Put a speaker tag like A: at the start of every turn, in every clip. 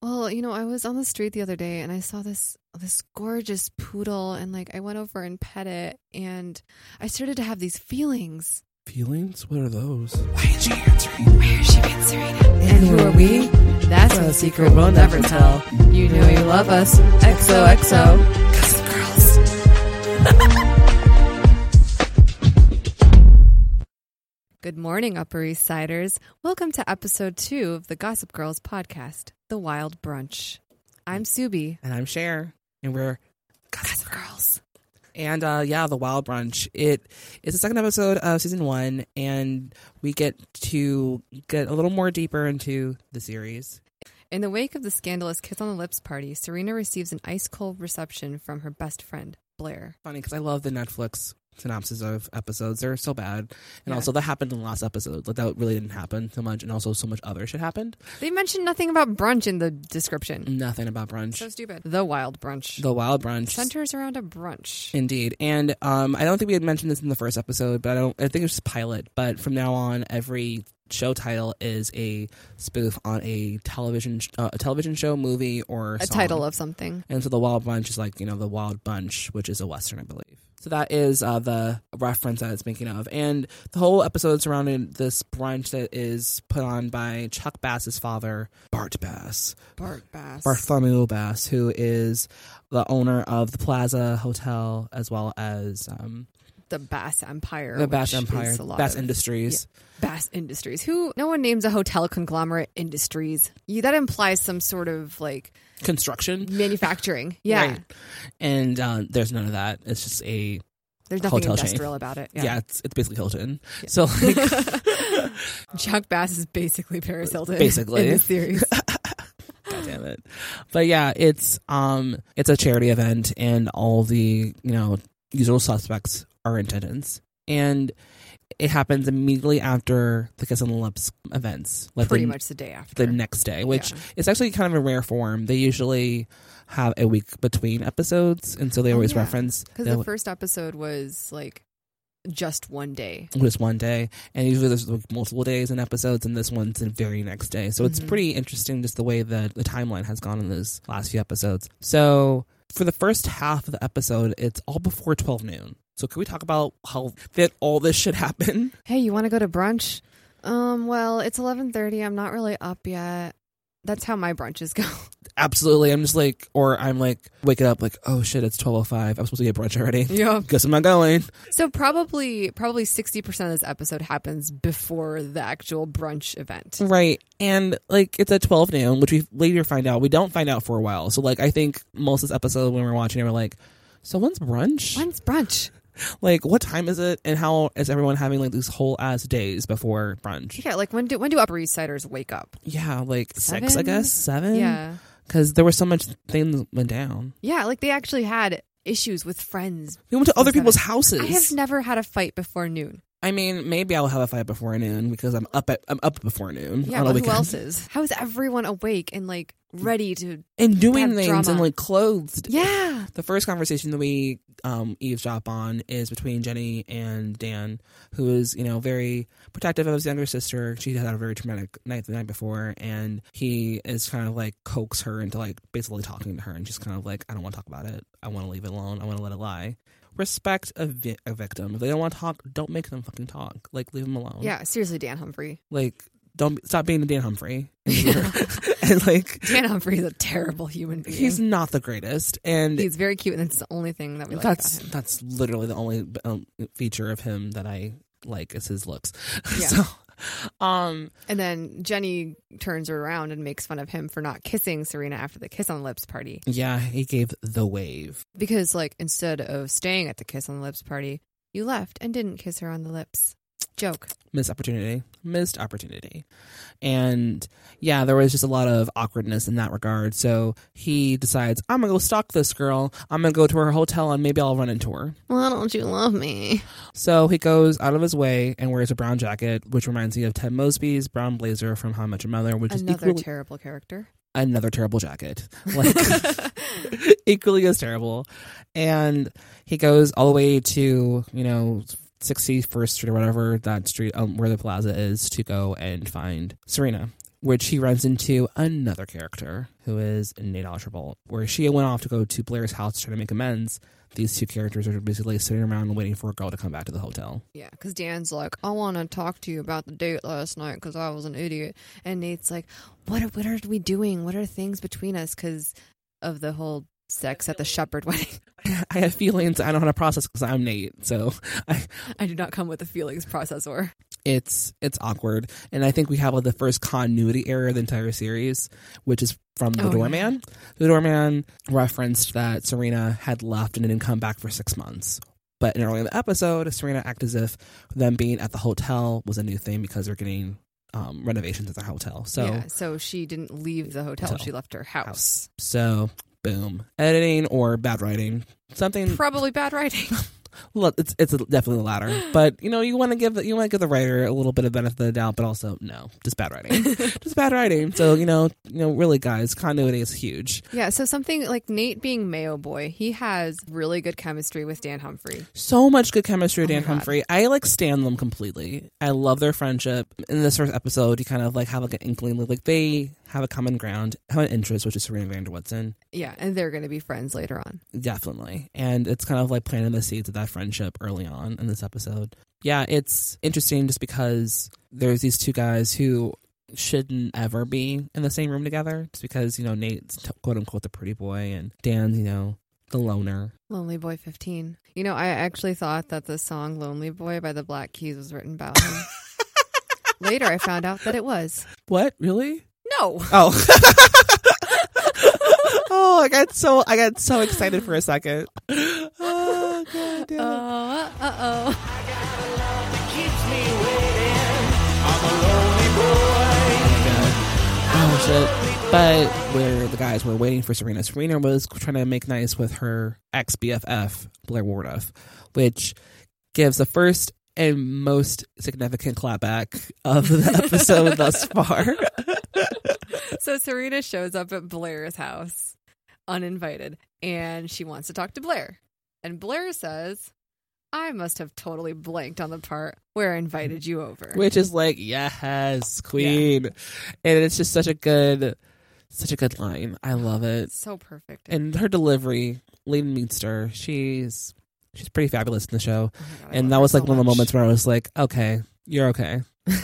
A: Well, you know, I was on the street the other day and I saw this this gorgeous poodle and like I went over and pet it and I started to have these feelings.
B: Feelings? What are those?
C: Why is she answering? Why is she answering?
D: And who are we?
A: That's
D: The secret we'll never tell.
A: You know you love us. XOXO.
C: Gossip Girls.
A: Good morning, Upper East Siders. Welcome to episode two of the Gossip Girls podcast, The Wild Brunch. I'm Subi.
B: And I'm Cher, and we're
A: Gossip Girls.
B: and uh yeah, the Wild Brunch. It is the second episode of season one, and we get to get a little more deeper into the series.
A: In the wake of the scandalous Kiss on the Lips party, Serena receives an ice cold reception from her best friend, Blair.
B: Funny because I love the Netflix synopsis of episodes. They're so bad, and
A: Yeah.
B: also that happened in the last episode. Like that really didn't happen so much, and also so much other shit happened.
A: They mentioned nothing about brunch in the description.
B: Nothing about brunch.
A: So stupid. The wild brunch.
B: the Wild Brunch.
A: centers around a brunch.
B: Indeed, and um, I don't think we had mentioned this in the first episode, but I don't. I think it was just pilot. But from now on, every show title is a spoof on a television, sh- uh, a television show, movie, or
A: A
B: song.
A: title of something.
B: And so the Wild Bunch is like you know the Wild Bunch, which is a western, I believe. So that is uh, the reference that it's making of, and the whole episode surrounded this brunch that is put on by Chuck Bass's father, Bart Bass.
A: Bart Bass.
B: Bartholomew Bass, who is the owner of the Plaza Hotel as well as um,
A: The Bass Empire.
B: the Bass
A: which
B: Empire,
A: is a lot
B: Bass
A: of
B: Industries.
A: Bass Industries. Who? No one names a hotel conglomerate Industries. You, that implies some sort of like
B: Construction.
A: manufacturing. Yeah.
B: Right. And uh, there's none of that. It's just a,
A: There's nothing
B: Hotel chain.
A: industrial about it.
B: yeah,
A: Yeah.
B: it's, it's basically Hilton. So, like,
A: Chuck Bass is basically Paris Hilton.
B: Basically.
A: In this series.
B: God damn it. But yeah, it's um it's a charity event and all the, you know, usual suspects are in attendance. And it happens immediately after the Kiss on the Lips events. Like
A: pretty
B: the,
A: much the day after.
B: the next day, which
A: Yeah.
B: is actually kind of a rare form. They usually have a week between episodes, and so they
A: Oh,
B: always
A: yeah.
B: reference
A: Because
B: the-
A: the first episode was like just one day.
B: just one day. And usually there's like multiple days in episodes, and this one's the very next day. So it's
A: Mhm.
B: pretty interesting just the way that the timeline has gone in those last few episodes. So for the first half of the episode, it's all before 12 noon. So can we talk about how that all this should happen?
A: Hey, you want to go to brunch? Um, well, it's 11:30. I'm not really up yet. That's how my brunches go.
B: Absolutely. I'm just like, or I'm like, waking up like, oh shit, it's 12.05. I'm supposed to get brunch already.
A: Yeah.
B: Guess I'm not going.
A: So probably probably 60% of this episode happens before the actual brunch event.
B: Right. And like it's at 12 noon, which we later find out. We don't find out for a while. So like I think most of this episode when we we're watching it, we're like, so when's brunch?
A: When's brunch?
B: Like what time is it and how is everyone having like these whole ass days before brunch?
A: Yeah, like when do when do Upper East Siders wake up?
B: Yeah, like six, I
A: Seven?
B: guess. Seven?
A: Yeah.
B: Because there were so much things that went down.
A: Yeah, like they actually had issues with friends.
B: We went to other
A: Seven.
B: people's houses.
A: I have never had a fight before noon.
B: I mean, maybe I'll have a fight before noon because I'm up at I'm up before noon.
A: Yeah,
B: on
A: well,
B: a
A: who
B: weekend.
A: else is? How is everyone awake and like ready to
B: And doing
A: Have
B: things and
A: drama.
B: like clothed
A: Yeah.
B: the first conversation that we um, eavesdrop on is between Jenny and Dan, who is you know very protective of his younger sister. She had had a very traumatic night the night before, and he is kind of like coax her into like basically talking to her, and she's kind of like, I don't want to talk about it. I want to leave it alone. I want to let it lie. Respect a, vi- a victim. If they don't want to talk, don't make them fucking talk. Like leave them alone.
A: Yeah, seriously, Dan Humphrey.
B: Like don't stop being Dan Humphrey. and like
A: Dan Humphrey is a terrible human being.
B: he's
A: He's,
B: not the greatest, and
A: very cute, and that's the only thing that we like
B: that's
A: about him.
B: that's literally the only um, feature of him that I like is his looks.
A: Yeah.
B: so, um,
A: And then Jenny turns her around and makes fun of him for not kissing Serena after the kiss on the lips party.
B: yeah, he gave the wave.
A: Because, like, instead of staying at the kiss on the lips party, you left and didn't kiss her on the lips. Joke.
B: Missed opportunity, missed opportunity, and yeah, there was just a lot of awkwardness in that regard. So he decides, I'm gonna go stalk this girl. I'm gonna go to her hotel and maybe I'll run into her.
A: Why don't you love me?
B: So he goes out of his way and wears a brown jacket, which reminds me of Ted Mosby's brown blazer from How Much Your Mother, which is
A: Another
B: equally,
A: terrible character.
B: another terrible jacket. Like equally as terrible. And he goes all the way to, you know, 61st Street or whatever that street um, where the plaza is to go and find Serena. which he runs into another character who is Nate Archibald. Where she went off to go to Blair's house to try to make amends. These two characters are basically sitting around and waiting for a girl to come back to the hotel.
A: Yeah, because Dan's like, I want to talk to you about the date last night because I was an idiot. And Nate's like, what are, what are we doing? What are things between us because of the whole sex at the Shepherd wedding?
B: I have feelings I don't know how to process because I'm Nate, so I,
A: I do not come with a feelings processor.
B: it's it's awkward. And I think we have like the first continuity error of the entire series, which is from the
A: Oh, yeah.
B: doorman. The doorman referenced that Serena had left and didn't come back for six months. But in early in the episode, Serena acted as if them being at the hotel was a new thing because they're getting um, renovations at their hotel. So
A: yeah, so she didn't leave the hotel.
B: Hotel.
A: She left her house.
B: house. So boom, editing or bad writing, something.
A: Probably bad writing.
B: Look, it's it's definitely the latter. But you know, you want to give the- you want to give the writer a little bit of benefit of the doubt, but also no, just bad writing, just bad writing. So you know, you know, really, guys, continuity is huge.
A: yeah, so something like Nate being Mayo Boy, he has really good chemistry with Dan Humphrey.
B: So much good chemistry, with
A: Oh my
B: Dan
A: God.
B: Humphrey. I like stand them completely. I love their friendship. In this first episode, you kind of like have like an inkling, like they have a common ground, have an interest, which is Serena Van Der Woodson.
A: Yeah, and they're going to be friends later on.
B: Definitely. And it's kind of like planting the seeds of that friendship early on in this episode. Yeah, it's interesting just because there's these two guys who shouldn't ever be in the same room together just because, you know, Nate's t- quote unquote the pretty boy and Dan's, you know, the loner.
A: Lonely Boy 15. You know, I actually thought that the song Lonely Boy by the Black Keys was written about him. Later, I found out that it was.
B: What? Really?
A: No.
B: Oh. oh, I got so I got so excited for a second. Oh, God damn it.
A: Uh oh.
B: Oh shit! But where the guys were waiting for Serena, Serena was trying to make nice with her ex BFF Blair Warduff, which gives the first and most significant clapback of the episode thus far.
A: So Serena shows up at Blair's house uninvited and she wants to talk to Blair. And Blair says, I must have totally blanked on the part where I
B: Mm-hmm.
A: invited you over.
B: Which is like, yes, queen, and it's just such a good, such a good line. I love it.
A: so perfect.
B: and her delivery, Leighton Meester, she's she's pretty fabulous in the show.
A: Oh my God, I love
B: And that
A: her
B: was like
A: so
B: one of the
A: much.
B: moments where I was like, okay, you're okay,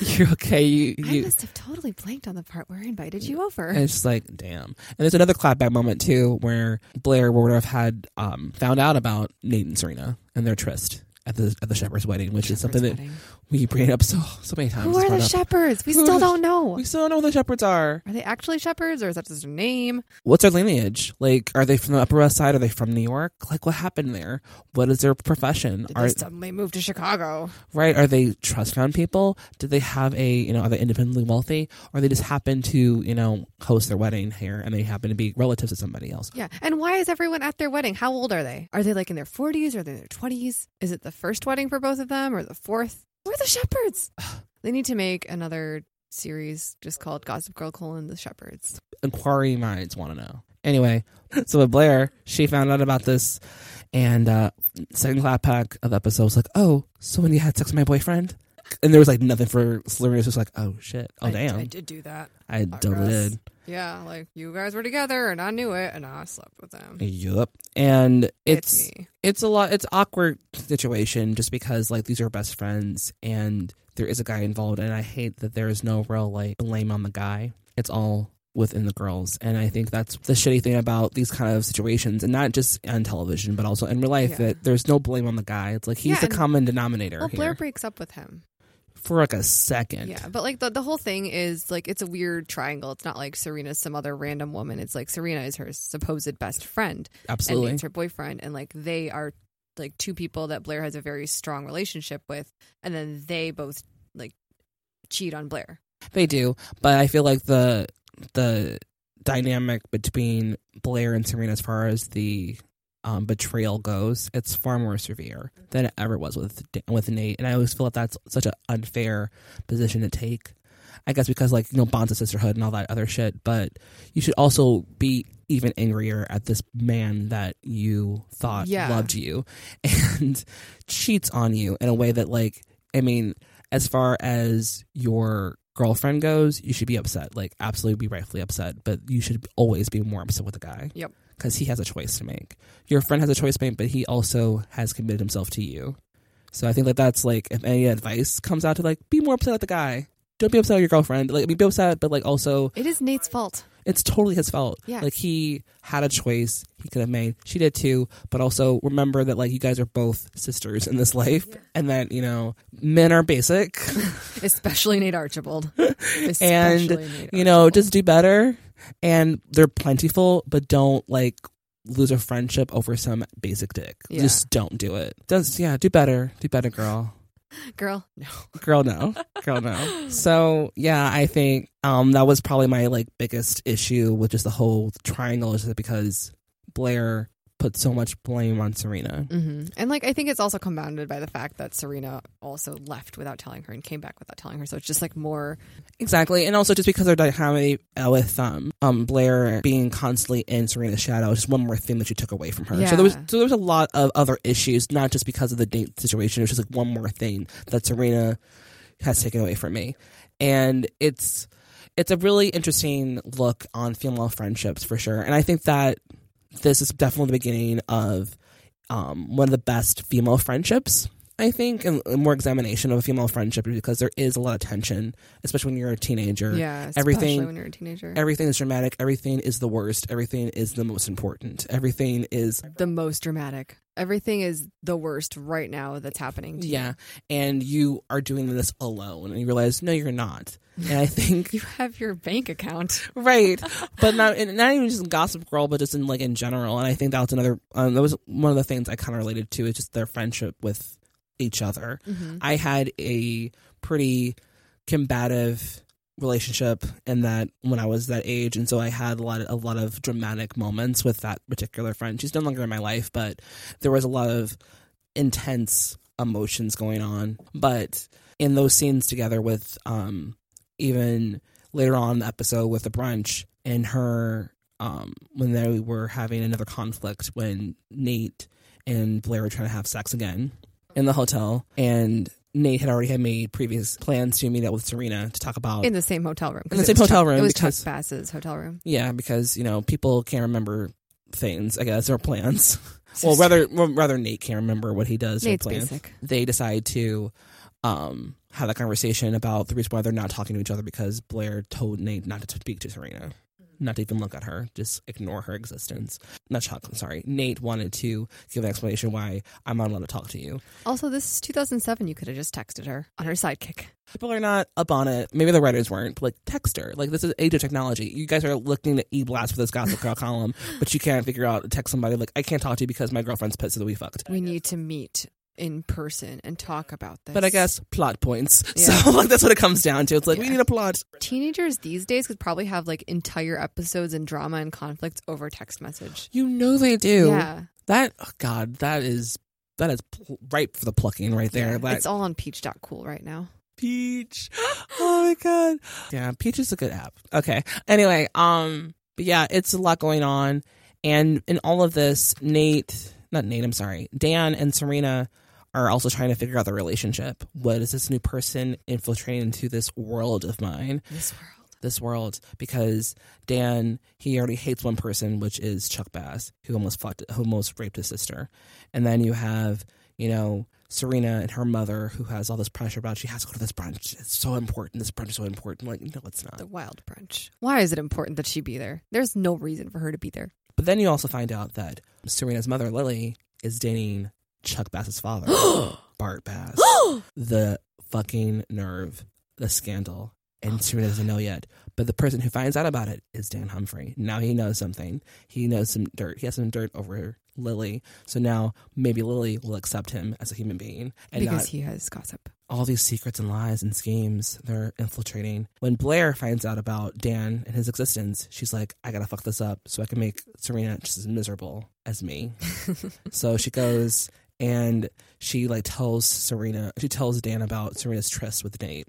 B: you're okay. You
A: I
B: you.
A: must have totally blanked on the part where I invited you over.
B: And it's just like, damn. And there's another clapback moment too, where Blair Waldorf had um, found out about Nate and Serena and their tryst at the at the Shepherd's wedding, which is something
A: Shepherd's
B: that
A: wedding.
B: we bring up so so many times.
A: Who
B: It's
A: are
B: brought
A: the
B: up.
A: shepherds? We
B: Who are
A: still
B: the-
A: don't know.
B: We still don't know who the shepherds are.
A: Are they actually shepherds or is that just a name?
B: What's their lineage? Like, are they from the Upper West Side? Are they from New York? Like, what happened there? What is their profession?
A: Did
B: Are
A: they suddenly move to Chicago?
B: right are they trust fund people do they have a you know are they independently wealthy or they just happen to you know host their wedding here and they happen to be relatives to somebody else
A: Yeah. And why is everyone at their wedding? How old are they? Are they like in their 40s? Are they in their 20s? Is it the first wedding for both of them or the fourth? Where are the shepherds? they need to make another series just called Gossip Girl colon the shepherds.
B: inquiry minds want to know anyway so with blair she found out about this and uh second clap pack of the episode was like oh so when you had sex with my boyfriend and there was like nothing for slurry it was just like oh shit oh
A: I-
B: damn
A: I did do that.
B: i, totally
A: Russ.
B: did
A: Yeah. Like you guys were together and I knew it and I slept with them.
B: Yep. And
A: It's,
B: it's
A: me.
B: it's a lot it's awkward situation just because like these are best friends and there is a guy involved and i hate that there is no real like blame on the guy it's all within the girls and i think that's the shitty thing about these kind of situations and not just on television but also in real life
A: Yeah.
B: that there's no blame on the guy it's like he's
A: Yeah,
B: the
A: and-
B: common denominator
A: Well,
B: here
A: Oh, Blair breaks up with him.
B: for like a second
A: Yeah, but like the the whole thing is like it's a weird triangle. It's not like Serena's some other random woman. It's like Serena is her supposed best friend
B: absolutely
A: and Nate's her boyfriend, and like they are like two people that Blair has a very strong relationship with, and then they both like cheat on Blair.
B: They do, but I feel like the the dynamic between Blair and Serena, as far as the um, betrayal goes, it's far more severe than it ever was with Da- with Nate. And I always feel that that's such an unfair position to take. I guess because like you know bonds of sisterhood and all that other shit, but you should also be even angrier at this man that you thought
A: Yeah.
B: loved you and cheats on you in a way that like I mean as far as your girlfriend goes, you should be upset. Like, absolutely be rightfully upset, but you should always be more upset with the guy.
A: Yep.
B: Because he has a choice to make. Your friend has a choice to make, but he also has committed himself to you. So I think that that's like, if any advice comes out to like, be more upset at the guy. Don't be upset at your girlfriend. Like, I mean, be upset, but like also,
A: It is Nate's fault.
B: it's totally his fault.
A: Yeah.
B: Like, he had a choice he could have made. She did too. But also remember that like, you guys are both sisters in this life and that, you know, men are basic.
A: Especially Nate Archibald. Especially
B: And,
A: Nate
B: you know,
A: Archibald.
B: just do better. And they're plentiful, but don't like lose a friendship over some basic dick.
A: Yeah.
B: Just don't do it. Does yeah, do better. Do better, girl.
A: girl. No.
B: Girl no. Girl no. So yeah, I think um that was probably my like biggest issue with just the whole triangle is that because Blair put so much blame on Serena.
A: hmm And like, I think it's also compounded by the fact that Serena also left without telling her and came back without telling her. So it's just like more.
B: Exactly, and also just because of dichotomy uh, with um, um Blair being constantly in Serena's shadow, is just one more thing that you took away from her. So there was
A: Yeah.
B: so there was a lot of other issues, not just because of the date situation. It was just like one more thing that Serena has taken away from me, and it's it's a really interesting look on female friendships for sure. And I think that this is definitely the beginning of um, one of the best female friendships. I think and and more examination of a female friendship because there is a lot of tension, especially when you're a teenager.
A: Yeah. especially
B: Everything-
A: When you're a teenager.
B: Everything is dramatic. Everything is the worst. Everything is the most important. Everything is
A: the most dramatic. Everything is the worst right now that's happening to you.
B: yeah. And you are doing this alone, and you realize no, you're not. And I think
A: You have your bank account.
B: right but not and not even just in gossip girl but just in like in general and i think that was another um, that was one of the things i kind of related to is just their friendship with each other i had a pretty combative relationship in that when i was that age and so i had a lot of, a lot of dramatic moments with that particular friend she's no longer in my life but there was a lot of intense emotions going on but in those scenes together with um even later on in the episode with the brunch and her um when they were having another conflict when Nate and Blair were trying to have sex again in the hotel and Nate had already had made previous plans to meet up with Serena to talk about
A: In the same hotel room.
B: In the
A: It
B: same
A: was
B: hotel
A: Chuck-
B: room
A: It was
B: because-
A: Chuck Bass's hotel room.
B: yeah because you know people can't remember things I guess or plans well rather well, rather Nate can't remember what he does
A: Nate's
B: or plans
A: basic.
B: they decide to um have that conversation about the reason why they're not talking to each other because Blair told Nate not to speak to Serena, not to even look at her, just ignore her existence. Not Chuck, I'm sorry. Nate wanted to give an explanation why I'm not allowed to talk to you.
A: Also, this is 2007. You could have just texted her on her sidekick.
B: People are not up on it. Maybe the writers weren't, but like text her. Like this is age of technology. You guys are looking to e blast for this gossip girl column, but you can't figure out text somebody like I can't talk to you because my girlfriend's pissed that we fucked.
A: We need to meet in person and talk about this.
B: But I guess plot points.
A: Yeah.
B: So like that's what it comes down to. It's like we
A: Yeah.
B: need a plot.
A: teenagers these days could probably have like entire episodes and drama and conflicts over text message.
B: You know they do.
A: Yeah.
B: That oh God, that is that is pl- ripe for the plucking right there.
A: Yeah.
B: Like
A: It's all on peach.cool right now.
B: Peach. Oh my God. Yeah, Peach is a good app. Okay. Anyway, um, but yeah, it's a lot going on, and in all of this, Nate, not Nate, I'm sorry, Dan and Serena are also trying to figure out their relationship. What is this new person infiltrating into this world of mine?
A: This world.
B: this world because Dan he already hates one person, which is Chuck Bass, who almost fucked, who almost raped his sister, and then you have you know Serena and her mother who has all this pressure about she has to go to this brunch. It's so important. This brunch is so important. Like no, it's not.
A: The wild brunch. Why is it important that she be there? There's no reason for her to be there.
B: But then you also find out that Serena's mother Lily is dating Chuck Bass's father, Bart Bass. the fucking nerve, the scandal, and Serena doesn't know yet. But the person who finds out about it is Dan Humphrey. Now he knows something. He knows some dirt. He has some dirt over Lily. So now maybe Lily will accept him as a human being and
A: because
B: not
A: he has gossip.
B: all these secrets and lies and schemes they're infiltrating. When Blair finds out about Dan and his existence, she's like, I gotta fuck this up so I can make Serena just as miserable as me. so she goes and she like tells Serena, she tells Dan about Serena's tryst with Nate.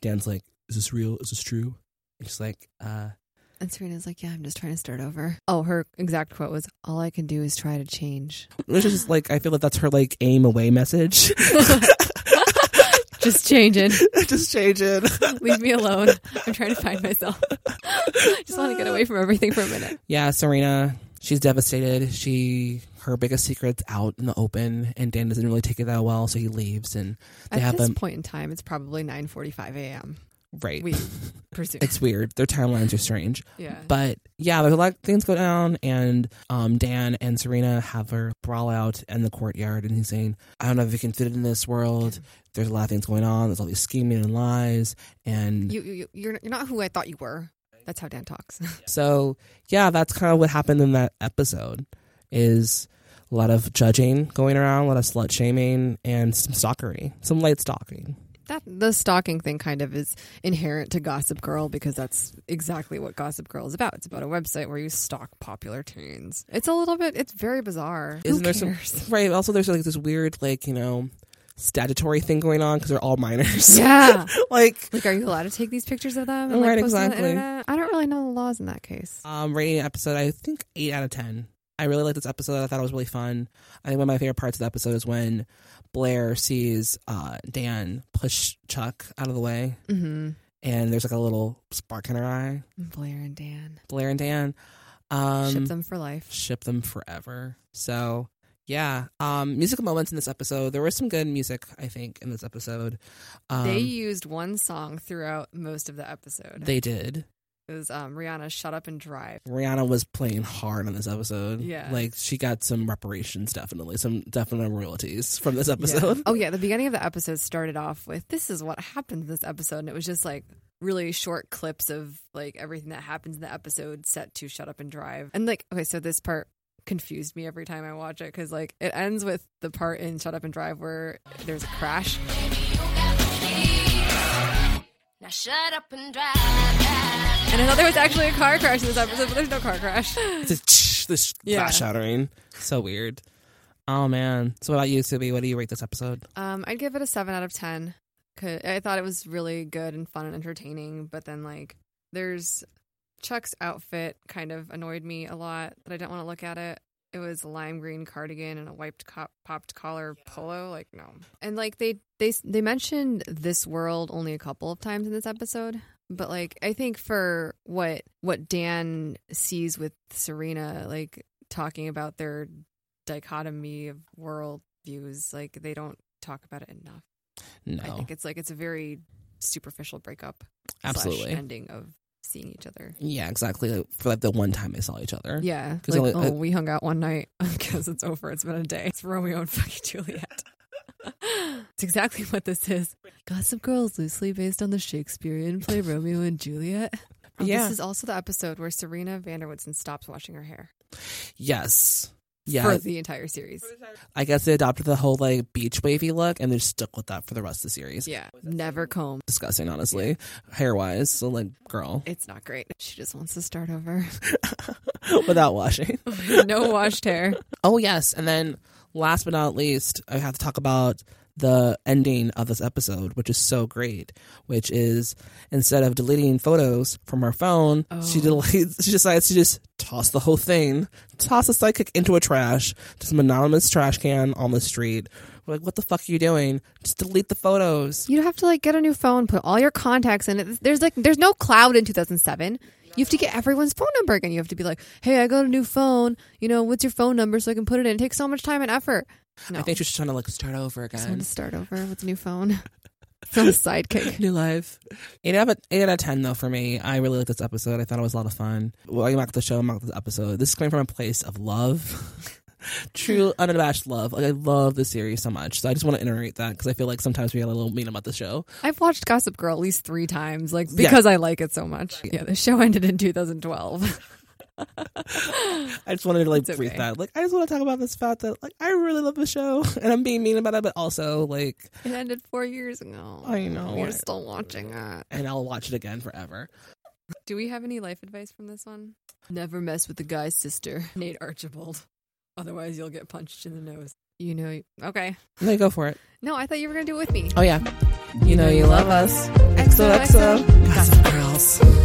B: Dan's like, Is this real? Is this true? And she's like, uh,
A: And Serena's like, Yeah, I'm just trying to start over. Oh, her exact quote was, All I can do is try to change.
B: which is like, I feel like that's her like aim away message.
A: Just change it.
B: Just change it.
A: Leave me alone. I'm trying to find myself. Just want to get away from everything for a minute.
B: yeah, Serena, she's devastated. She her biggest secret's out in the open, and Dan doesn't really take it that well, so he leaves, and they
A: At
B: have
A: this
B: them
A: point in time, it's probably 9:45 a.m.
B: right.
A: We pursue.
B: it's weird. Their timelines are strange.
A: Yeah.
B: But yeah, there's a lot of things go down, and um, Dan and Serena have her brawl out in the courtyard, and he's saying, "I don't know if you can fit in this world. There's a lot of things going on. There's all these scheming and lies." And
A: you, you you're you're not who I thought you were. That's how Dan talks.
B: so, yeah, that's kind of what happened in that episode. Is a lot of judging going around, a lot of slut shaming, and some stalkery, some light stalking.
A: that the stalking thing kind of is inherent to Gossip Girl because that's exactly what Gossip Girl is about. It's about a website where you stalk popular teens. It's a little bit. It's very bizarre.
B: Isn't
A: who
B: there some
A: cares?
B: right? Also, there's like this weird, like you know, statutory thing going on because they're all minors.
A: yeah.
B: like
A: Like, are you allowed to take these pictures of them? And,
B: Right,
A: like, post them on the
B: exactly.
A: internet? I don't really know the laws in that case.
B: Um, rating episode, I think eight out of ten. I really liked this episode. I thought it was really fun. I think one of my favorite parts of the episode is when Blair sees uh, Dan push Chuck out of the way,
A: Mm-hmm.
B: and there's like a little spark in her eye.
A: Blair and Dan
B: Blair and Dan,
A: ship
B: um,
A: them for life.
B: ship them forever. So yeah, um, musical moments in this episode. There was some good music, I think, in this episode. Um,
A: they used one song throughout most of the episode.
B: they did.
A: it was um, Rihanna's "Shut Up and Drive."
B: Rihanna was playing hard on this episode.
A: Yeah.
B: Like she got some reparations definitely, some definite royalties from this episode.
A: Yeah. Oh yeah, the beginning of the episode started off with this is what happened in this episode, and it was just like really short clips of like everything that happens in the episode set to shut up and drive. And like okay, so this part confused me every time I watch it because like it ends with the part in Shut Up and Drive where there's a crash.
E: Now shut up and drive. drive.
A: And I thought there was actually a car crash in this episode, but there's no car crash.
B: It's a tsh, this
A: Yeah.
B: glass shattering. So weird. Oh man. So what about you, Subi? What do you rate this episode?
A: Um, I'd give it a seven out of ten. 'Cause I thought it was really good and fun and entertaining, but then like there's Chuck's outfit kind of annoyed me a lot, but I didn't want to look at it. It was a lime green cardigan and a wiped cop- popped collar polo. Like no, and like they they they mentioned this world only a couple of times in this episode, but like I think for what what Dan sees with Serena, like talking about their dichotomy of world views, like they don't talk about it enough. I
B: No.
A: think it's like it's a very superficial breakup
B: Absolutely.
A: slash ending of seeing each other.
B: yeah, exactly. Like, for like the one time they saw each other.
A: Yeah,
B: 'Cause
A: like
B: only-
A: oh, we hung out one night because it's over. It's been a day. It's Romeo and fucking Juliet. it's exactly what this is. Gossip Girl is loosely based on the Shakespearean play Romeo and Juliet. Oh,
B: Yeah.
A: This is also the episode where Serena Vanderwoodson stops washing her hair
B: Yes. Yeah.
A: for the entire series.
B: I guess they adopted the whole like beach wavy look and they're stuck with that for the rest of the series.
A: Yeah, never comb.
B: Disgusting, honestly. Hair wise. So like girl.
A: It's not great. She just wants to start over.
B: Without washing.
A: no washed hair.
B: Oh yes, and then last but not least, I have to talk about the ending of this episode, which is so great. Which is instead of deleting photos from her phone, she deletes. She decides to just toss the whole thing, toss the sidekick into a trash, just an anonymous trash can on the street. We're like, what the fuck are you doing? Just delete the photos.
A: You have to like get a new phone, put all your contacts in it. There's like there's no cloud in 2007. You have to get everyone's phone number again. You have to be like, "Hey, I got a new phone. You know, what's your phone number so I can put it in?" It takes so much time and effort. No,
B: I think she's trying to like start over
A: just want
B: again.
A: to start over with a new phone. It's not a sidekick.
B: New life. Eight out, of, eight out of ten though for me. I really liked this episode. I thought it was a lot of fun. Well, you mock the show, mock this episode. This is coming from a place of love, true unabashed love. Like I love the series so much. So I just want to iterate that because I feel like sometimes we get a little mean about the show.
A: I've watched Gossip Girl at least three times, like because I like it so much. Yeah, the show ended in 2012.
B: I just wanted to like
A: It's
B: breathe
A: okay.
B: that. Like I just want to talk about this fact that like I really love the show and I'm being mean about it, but also like
A: it ended four years ago.
B: I know.
A: We're still watching it.
B: and I'll watch it again forever.
A: Do we have any life advice from this one? Never mess with the guy's sister, Nate Archibald. Otherwise, you'll get punched in the nose. You know. Okay.
B: No, go for it.
A: No, I thought you were gonna do it with me.
B: Oh yeah, you know you love us.
A: XOXO.
B: Gossip Girls.